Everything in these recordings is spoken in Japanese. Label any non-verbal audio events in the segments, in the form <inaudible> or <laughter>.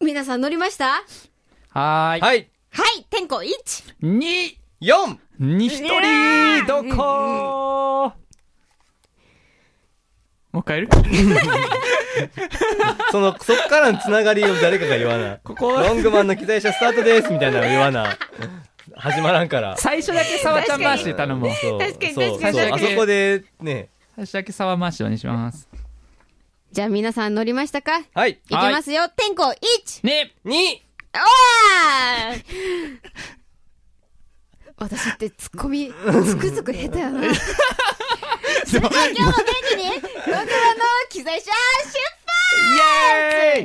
皆さん乗りましたははーい。はい。い、天候1。に、 4! に一人、どこもう一回やる <laughs> その、そっからのつながりを誰かが言わ <laughs> な。ここロングマンの機材車スタートですみたいなの言わな。始まらんから。最初だけ沢ちゃん回しで頼もう。そう確かにそ確うかにそうあそこで、ね。最初だけ沢回しをにします。じゃあ皆さん乗りましたかいはい。きますよ、天候 1! ね 2! おー <laughs> 私ってツッコミ、つくづく下手 <laughs> やな。それじゃあ今日も元気に、ロングマンの機材車出イエーイ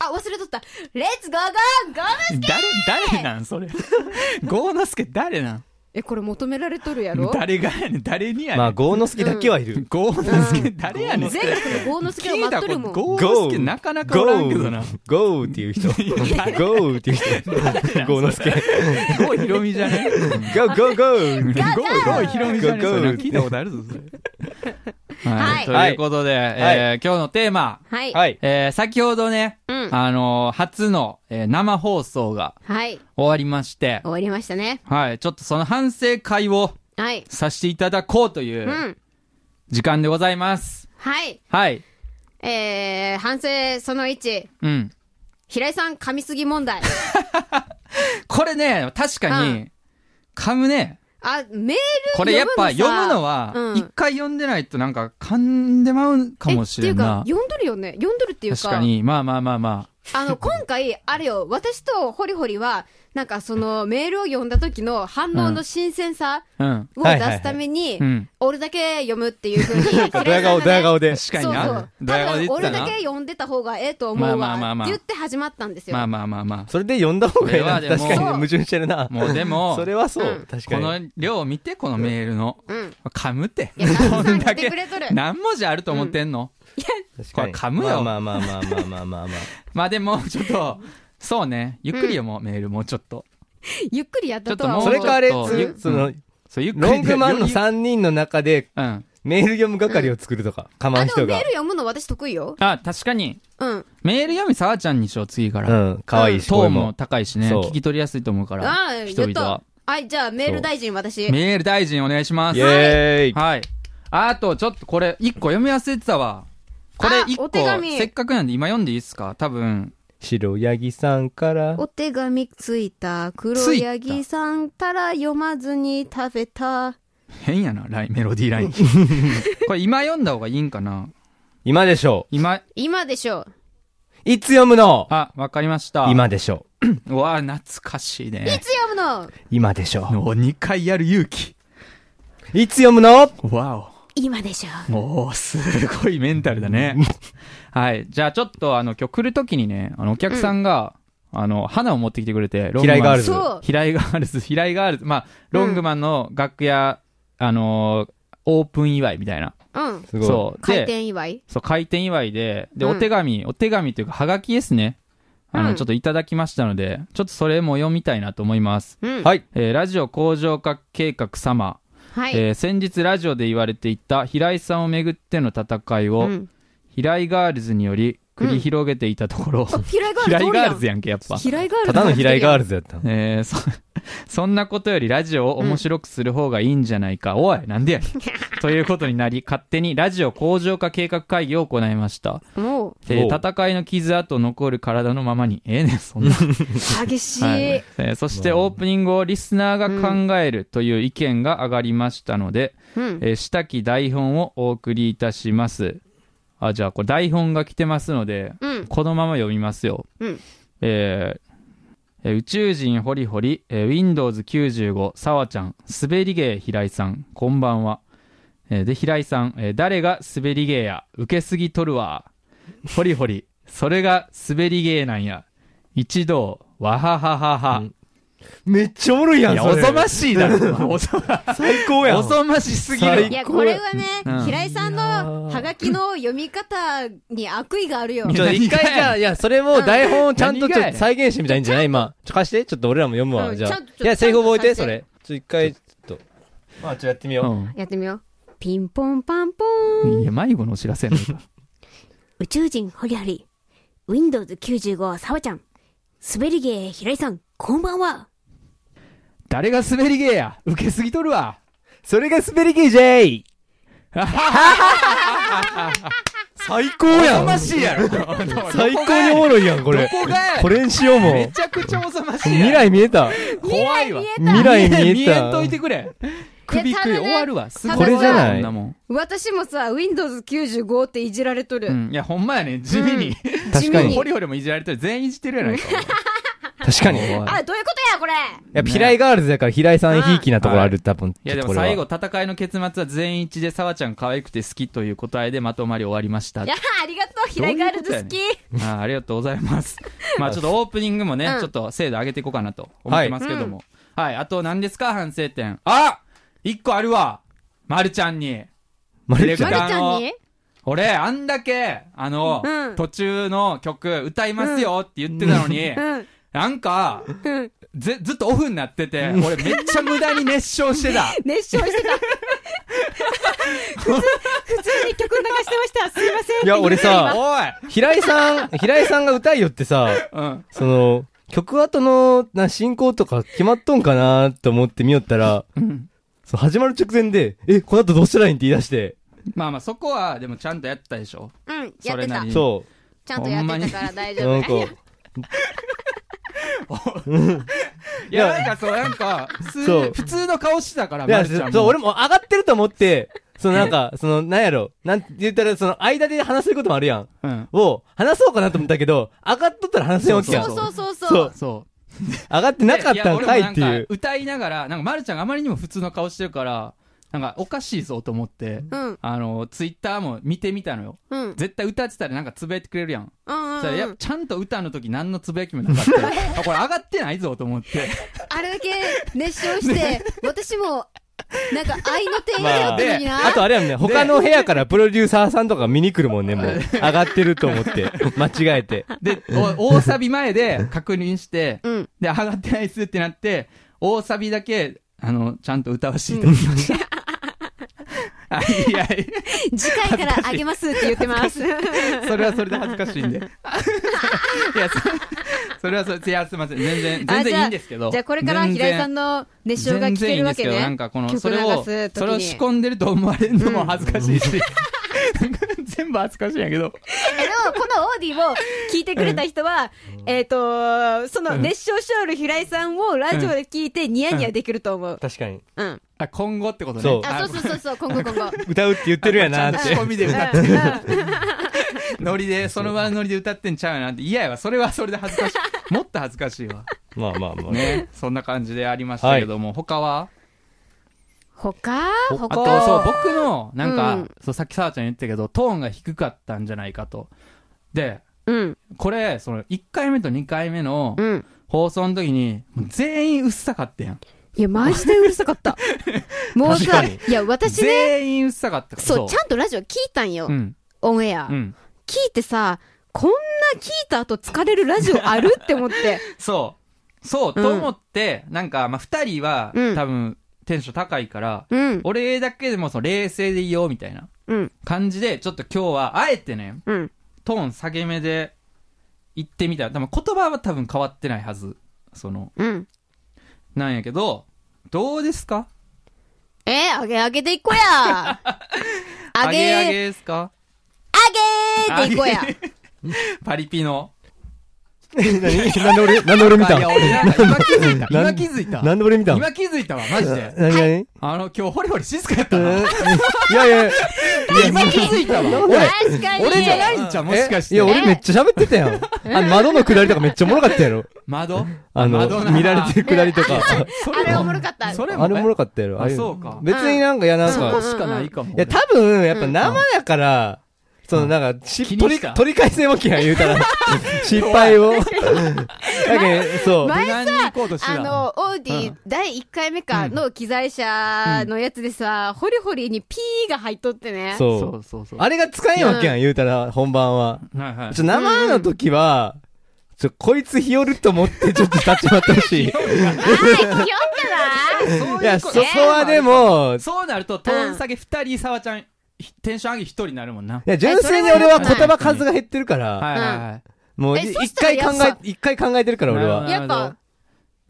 発あ、忘れとった。レッツゴーゴーゴームスケ誰、誰なんそれ。ゴーノスケ誰なんえ、これ求められとるやろ誰がやねん誰にやねん。まあ、ゴーノスケだけはいる。ゴーノスケ誰やねん。全国のゴーノスケを聞い待たっとること、もん。ゴーノスケなかなかおらんけどな。ゴーゴーってい <laughs> う人。ゴーっていう人。ゴーノスケ。ゴーヒロミじゃねゴーゴーゴゴーー、ゴーヒロミじゃねゴーそゴーれなんか聞いたことあるぞ、それ。ははいい。ということで、えー今日のテーマ、はい。。はいい。えー先ほどね、うん。あのー初の、えー生放送がはい。終わりまして、終わりましたね。はい、ちょっとその反省会をはい。。させていただこうといううん時間でございます。はい。はい。えー、反省その1。うん。平井さん噛みすぎ問題。これね、確かうに、噛むね。あ、メールこれやっぱ読むのははう、ん一回読んでないとなんか噛んでまうかもしれんなって。いうか、読んどるよね。読んどるっていう確か。かに、まあまあまあまあの、今回、あれよ、私とホリホリは、なんかその、メールを読んだ時の反応の新鮮さあ。うん。を出すためにう、ん。俺だけ読むっていう <laughs> ふうに平井さんがね。ドヤ顔、ドヤ顔で。確かにそうそうな。。ドヤ顔多分で言って俺ただなけ。読んでた方がええと思うまあまあまわ。あっまてあ言って始まったんですよ。。まあまあまあまあ。それで呼んだ方がいいな。これはで確もかに矛盾してるな。もうでも、 <laughs> それはそううん確こかに。の量を見て、このメールの。うん。噛むって。 <laughs> いや、たくさん来てけくれとる。 <laughs> 何文字あると思ってんの、確かに。これ噛むよまあまあまあまあまあまあまあ。 <laughs> まあでも、ちょっと、そうね。ゆっくり読もう、メールもうちょっと。ゆっくりやったとはちょっ思。そうとれかあれ、もうちょっつとその、そう、ゆっくりロングマンのさ3人の中でうん。メール読む係を作るとか、かまあ、んでも人メーがル。読むの私得意よ。あ、確かに。うん。メール読み、さわちゃんにしよう、次かうら。ん、かわいいし、トー声ンもも。高いしね。そう聞き取りやすいと思うから。ああ、人やっ々はと。はい、じゃあメール大臣私。メール大臣お願いしまイす。エーイはい。あと、ちょっとこれ、一個読み忘れてたわ。これあ一お個、手紙せっかくなんで今読んでいいですか多分。白ヤギさんから、お手紙ついた黒ついたヤギさんたら読まずに食べた。変やな、ラインメロディーライ <laughs> ン。これ今読んだ方がいいんかな今でしょ今、今でしょう。う。いつ読むのあ、わかりました。。今でしょうわあ、懐かしいいねつ。読むのう。今でしょの2回やる勇気。う。いつ読むのわ今でしょお。もう、すごいメンタルだね。はい。じゃあ、ちょっと、あの、今日来るときにね、あの、お客さんが、あの、花を持ってきてくれて、ロングマン平井ガーう。ルズ。そう。平井ガールズ、平井ガールズ、まあ、ロングマンの楽屋、あのーオープン祝いみたいな。うん。すごそう。開で、店祝い。そう、開店祝いで、で、うんお手紙、お手紙というか、はがきですね。あの、うんちょっといただきましたので、ちょっとそれも読みたいなと思います。うい。ん。はい。えーラジオ向上化計画様、はい。えー先日ラジオで言われていた平井さんをめぐっての戦いを、うん平井ガールズにより繰り広げていたとこ <laughs> ろ、あ平井ガールズ。平井ガールズややんけやっぱん。、平井ガールズ。ただの平井ガールルズやったの。えーそそんなことよりラジオを面白くする方がいいんじゃないか、おいなん <laughs> でやねんということになり勝手にラジオ向上化計画会議を行いました、ズ。もう、えーおう戦いの傷跡残る体のままにええね <laughs> んそんな激しはいいえ。ーそしてオープニングをリスナーが考えるという意見が上がりましたので、うん。えー下記台本をお送りいたしますあじゃあこれ台本が来てますのでうん。このまま読みますよ、うんえーえー宇宙人ホリホリ、えー Windows95 さわちゃん滑り芸平井さんこんばんは、えーで平井さん、えー誰が滑り芸や受けすぎとるわホリホリそれが滑り芸なんや一同わははははうんめっちゃおもろいやいん、やそおれぞましいだ <laughs> ろ <laughs> おぞ最高やん。おぞましすぎる最いや、高これはねうん、平井さんのハガキの読み方に悪意があるよ。いちょ、一回じゃあ、いや、それも台本をちゃんとちょっと再現してみたらいいんじゃない今。ちょ、貸して。ちょっと俺らも読むうわ。んじゃちゃあんとちょっ。といや、セリフ覚えて、ちゃそんと再れ。ちょ、一回、ちょっと。まあ、ちょ、やってみよう。うやってみよう。ピンポンパンポーン。ん、いや迷子のお知らせやないか宇宙人ホリホリ。 Windows95 さわちゃん。滑り芸平井さん、こんばんは。誰が滑り芸や受けすぎとるわそれが滑り芸じゃい最高やおぞまんしいやろ最高におもろいやん、これど。こがやこれにしようもめん。ちゃくちゃおぞましい未や来見えた。ろ怖いわ未来見え見えんたとい。てくれ首ただ食いね終わるわすぐただ終わるわこれじゃないこんなもん私もさ、Windows95 っていじられとる。うんいやほんまやね地味に確か地味にホ。リホリもいじられてる全員いじってるやないか確かに。おいあ、どういうことや、これ。やっぱ平井ガールズやから平井さんひいきなところある、多分。いやでもこれは最後。戦いの結末は全員一致で沢ちゃん可愛くて好きという答えでまとまり終わりましたいや、ありがとう、平井ガールズ好どき。 <laughs> あーありがとうございます。まあちょっとオープニングもね、うんちょっと精度上げていこうかなと思ってますけども。はい、あと何ですか反省点。あ一個あるわまるちゃんにまるちゃまんるちゃんに俺、あんだけ、あの、うん途中の曲歌いますよって言ってたのに、うん。なんか、うん。ぜ、ずっとオフになってて、俺めっちゃ無駄に熱唱して <laughs> た。熱唱 <laughs> してた。普通、普通に曲流してました。すいません。いや、俺さ、おい平井さん、平井さんが歌いよってさ、うん。その、曲後のな進行とか決まっとんかなと思って見よったら、うん。その始まる直前で、え、この後どうしたらいいんって言い出して、まあまあそこは、でもちゃんとやったでしょ。うん。やそってれなたり。に。そちゃんとやってたから大う、丈なんか、夫。いや、なんかそう、なんか、普通そう普通の顔してたから、いや、まるちゃんも。そう、俺も上がってると思って、そのなんか、その、なんやろ、なんて言ったら、その間で話せることもあるやん。うん。を、話そうかなと思ったけど、上がっとったら話せんわけやん。そうそうそうそそうう。そ上がってう。 <laughs> なかったやんかいって俺もいなんかう。歌いながら、なんか、まるちゃんがあまりにも普通の顔してるから、なんか、おかしいぞと思って、うん。あの、ツイッターも見てみたのよ。うん。うん。絶対歌ってたらなんかつぶやいてくれるやん。うんそしたらいやうん。ちゃんと歌の時何のつぶやきもな <laughs> かった。あ、これ上がってないぞと思って。あれだけ熱唱して、私も、なんか愛の手入れよってるのにな。あとあれやんね、他の部屋からプロデューサーさんとか見に来るもんね、もう。上がってると思って。間違えて。 <laughs> で、お大サビ前で確認して、うん。で、上がってないっすってなって、大サビだけ、あの、ちゃんと歌わせていただ <laughs> き <laughs> ました。あいやい次回からあげますって言ってます。や、 <laughs> それはそれで恥ずか <laughs> しいんで。いや、そそれはそれ、いや、すいません。全然、あ全じゃ然あいいんですけど。じゃあこれから平井さんの熱唱が全聞然けいいるんでわすけけど、ね。なんかこの、曲それを、流す時にそれを仕込んでると思われるのも恥ずかしいし、なんか <laughs> 全部恥ずかしいんやけど。えでも、このオーディを聞いてくれた人は、えっと、その熱唱しおる平井さんをラジオで聞いてニヤニヤできると思う。確かに。うん。あ、今後ってことね。そうあ、そうそうそうそう、今後今 <laughs> 後。歌うって言ってるやちゃなんとっ仕て込。みで歌ってる。ノリで、その場のノリで歌ってんちゃうよなって。嫌やわ。それはそれで恥ずかしい。もっと恥ずかしいわ。まあまあまあ。ね。そんな感じでありましたけども、他は他あ他と、そう、僕の、なんか、うんそう、さっきさわちゃん言ってたけど、トーンが低かったんじゃないかと。で、うん。これ、その、1回目と2回目のうん。放送の時に、もう全員うっさかったやん。いや、マジでうるさか <laughs> った。もうさ、確いや、私ね、全員うっさかったから。そう、ちゃんとラジオ聞いたんよう。ん。オンエアう。ん。聞いてさ、こんな聞いた後疲れるラジオあるって思 <laughs> って。そう。そう、うんと思って、なんか、まあ、2人は、うん多分、テンション高いから、うん。俺だけでもその冷静でいいよみたいなうん。感じで、ちょっと今日はあえてね、うん。トーン下げ目で言ってみた。多分言葉は多分変わってないはず。その、うん。なんやけど、どうですかえー、あげあげでいこう <laughs> や。あげあー、げですかあげーでいこうや。パリピの。 <laughs> 何なんで俺、なんで俺見たいや、俺なんか今気づいた。な今ん気づいた。なんで俺見たん今気づいたわ、マジで。何何あの、今日ホリホリ静かやっうたな。んいやい <laughs> や。今気づいたわ。俺、確かに。俺じゃないんちゃうもしかして。えいや、俺めっちゃ喋ってたやん。 <laughs> あの窓の下りとかめっちゃおもろかったやろ。窓あ窓なの、見られてる下りとか。そあれおもろろかった。それもあれおもろかったやろ。あああいそうか別になんか、いやなんうんか、しかないかも。いや、多分、やっぱ生やから、そのなんか、し気に取しり、た取り返せんわけやん、言うた <laughs> ら。失敗を。だけど、そう。無難に行こうとしてあたの、オーディ、うん第1回目かの機材車のやつでさ、ホリホリにピーが入っとってね。そそう。うそうそう。あれが使えんわけやん、言うたら、本番はは。いはい。ちょ、生の時は、ちょ、こいつ日和ると思って、ちょっと立ち回ってほしい。いあー、ひよっかな。そういや、うそこことはで、も、いそうなると、トーン下げ2人、沢ちゃん、ひテンション上げ1人になるもんな。や、純粋に俺は言葉数が減ってるかはら、いはいはい。もう、えいそ一したら回考やっぱえ、一回考えてるから俺なは。るやほっどぱ、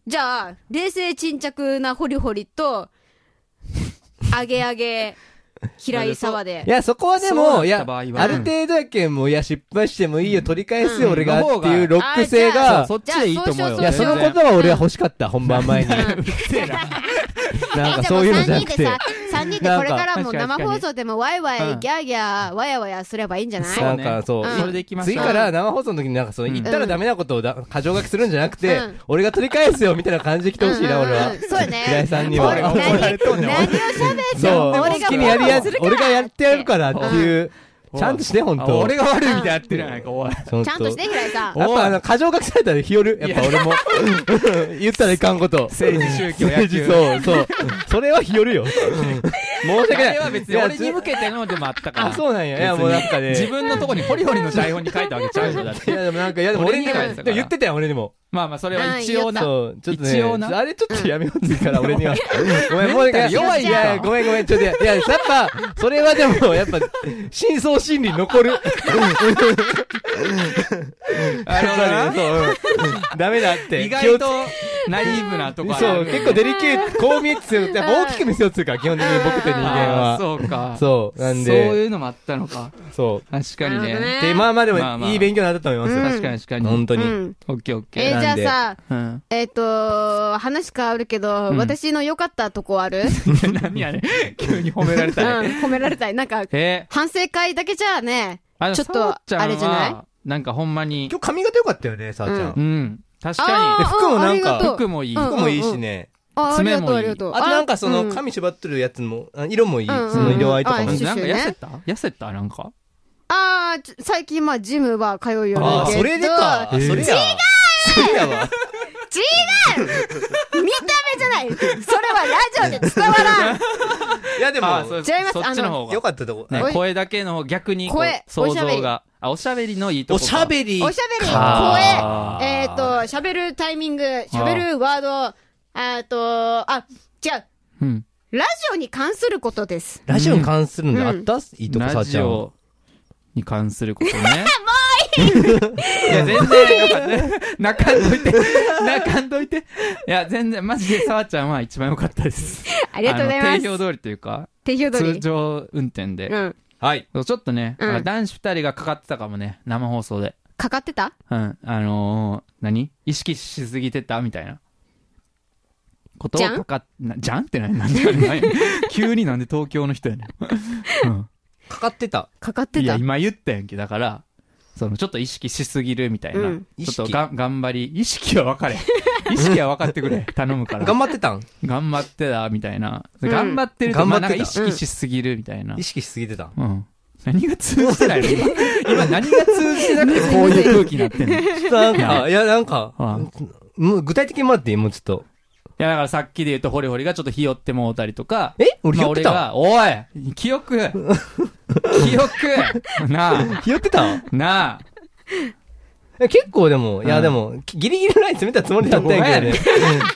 じゃあ、冷静沈着なホリホリ <laughs> と、あげあげ、平井沢でい。や、そこはでそうなも、ったいや、場あ合るは程度やけん、もう、いや、失敗してもいいよ、取り返すよ、うん俺が、っていうロック性あじそゃうがそ、っちでいいと思うよいや、その言葉は俺は欲しかった、本番 <laughs> 前に。なんかそういうのじゃなくて。 3人でこれからも生放送でもワイワイうんギャーギャーワヤワヤすればいいんじゃないそうねなんかそうそれでいきましょう次から生放送の時になんかそのうん言ったらダメなことをだ過剰書きするんじゃなくて、うん俺が取り返すよみたいな感じで来てほしいな、うんうん俺うんは。そうよね平井さんに俺は。何何を喋んねんってんそうの、好きにやりや、俺がやってやるからっていう、ちゃんとして、ほんと。俺が悪いみたいになってるやないか、おい。ほんちゃんとして平井さんやっぱあの、過剰書きされたら日和る。やっぱ俺 <laughs> も。言ったらいかんこと。政治宗教野政治球そう、そう。それは日和るよ。申し訳あない。れは別に俺に向けてのでもあったから。あ、そうなんや。いや、別にもうなんかね。自分のとこにホリホリの台本に書いたわけちゃうよ、だっい <laughs> て。や、でもなんか、いや、でも俺にも、俺にはでも言ってたよ、俺にも。まあまあ、それは一応な。そう、ちょっとね、一応なあれちょっとやめようって言うから、俺には。ごめん、もう一回弱いいやいや、ごめんごめん、ちょっとや、いや、やっぱ、それはでも、やっぱ、真相心理残る。あのやっぱりなそううんダメだっ <laughs> て。意外気をとナイーブなとこあるそう、結構デリケート、こう見えて強くて、やっぱ大きく見せようっていうから、基本的に僕って人間あーは。そうか。そう、なんそうで、いうのもあったのか。そ確かになるほどねね。う。で、まあまあでまあまも、あいい勉強になったと思います確よ。かに確かに。本当うに。んオッケーオッケえー。ーじゃなあんでさうん。 <laughs> えっと話変わるけどうん私の良かったとこあ <laughs> る何やねん。急に褒められうんたね。褒められたいなんかえー、反省会だけじゃあねあのちょっとさおちんはあれじゃないなんかほんまに。今日髪型良かったよね、さあちゃうんん。うん。確あかーで服もなんかあに。ー服もいい。うん服もいいしね。あありがとうあ爪もいいりがとうあとなんかそのうん髪縛ってるやつも、あ色もいい、うんうんその色合いとかも。うなんんシュかシュね痩せた痩せたなんか。ああ、ちょ最近まあジムは通うようになあっあ、てそれで違か。あそれや。それやわ。う見た目じゃないそれはラジオで伝わら <laughs> んいやでも、あー、違いますそっちの方がよ。かったとこ。ねおい声だけの方逆にこう声想おしゃべ像りがあおしゃべりのいいとおこかしゃべり。おしゃべり、あ声、ーえっ、と、喋るタイミング、喋るワード、えっと、あ、違う、うんラジオに関することです。ラジオに関するのでうんあったいいとこ、さラあちジゃん。オに関するこ <laughs> とねもういいや全然よかった泣かんといて泣かんといていや全然マジでさわちゃんは一番良かったですありがとうございまあのす。定評通りというか定評通通り。常運転で、うん。はい。ちょっとね、うんあ男子二人がかかってたかもね生放送でかかってたうんあのー、何意識しすぎてたみたいなことをじゃんかかっなじゃんって何なんで <laughs> 何急になんで東京の人やねん、うんかかってた。かかっていやた。今言ったやんけだからそのちょっと意識しすぎるみたいな、うんちょっとが頑張り意識は分かれ <laughs> 意識は分かってくれ頼むから頑張ってたん頑張ってたみたいな、うん頑張ってると頑張ってまたあなんか意識しすぎるみたいな意、識しすぎてたんうん、何が通じてないの今今何が通じてなくてこう <laughs> いう空気になってんのいちょっとなんか、いやなんかうん、もう具体的にもらっていいもうちょっと。やだからさっきで言うとホリホリがちょっとひよってもうたりとかえ俺ひよってまたあ俺がおい記憶記憶なあひよってたなあえ結構でも、いうやんでも、きギリギリのライン詰めたつもりだったんやけどね。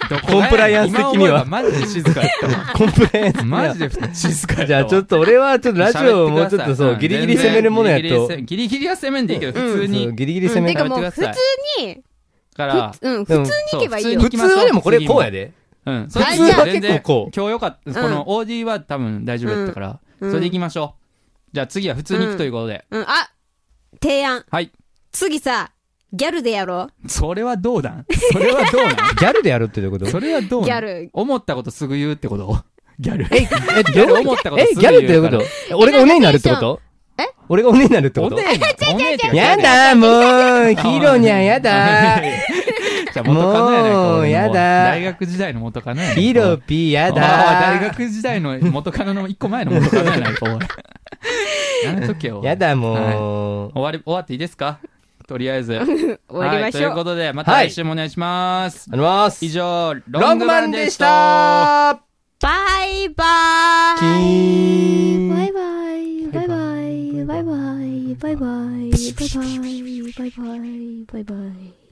どこがやねんコンプライアンス的に今は思えばマジで静かやったわコンプライアンス。マジで静かやったわじゃあちょっと俺はちょっとラジオをもうちょっとそう、ギリギリ攻めるものやと。うんギリギリは攻めんでいいけど、普通そに。うだギリギリう攻ん、めてるかもうやめ普てく通ださに、から、うん、普通に行けばいいよ。うん普通はでもこれこうやで。うん、そ普れ通は全然結構こう今日よかった。んこの OD は多分大丈夫やったから、うんそれで行きましょう。じゃあ次は普通に行くということで。うん、あ、提案。はい。次さ、ギャルでやろそれはどうだそれはどうな <laughs> ギャルでやるってどういうことんそれはどうなんギャル思ったことすぐ言うってことギャル。え、え、ギャル思ったことえ、すギぐャ言うルってどういうかこと俺がお姉になるってことえ俺がお姉になるってこおとねえな。おねえって言うやだもう、ヒーローにゃんやだじゃあ元カノやないか俺もうのやだ大学時代の元カノやないかヒーローピーや大だ学時代の元カノの一個前の元カノやないか、お <laughs> い。やめとけよ。やだはいもう。終わり、終わっていいですかとりあえ終ず。わりましょう。はい、ということで、また来週もお願いします。あります以。上、ロロンンググママンンででし。したたバイバキーイーンバイバイ、バイバイ、バイバイ、バイバイ、バイバイ、バイバイ、バイバイ。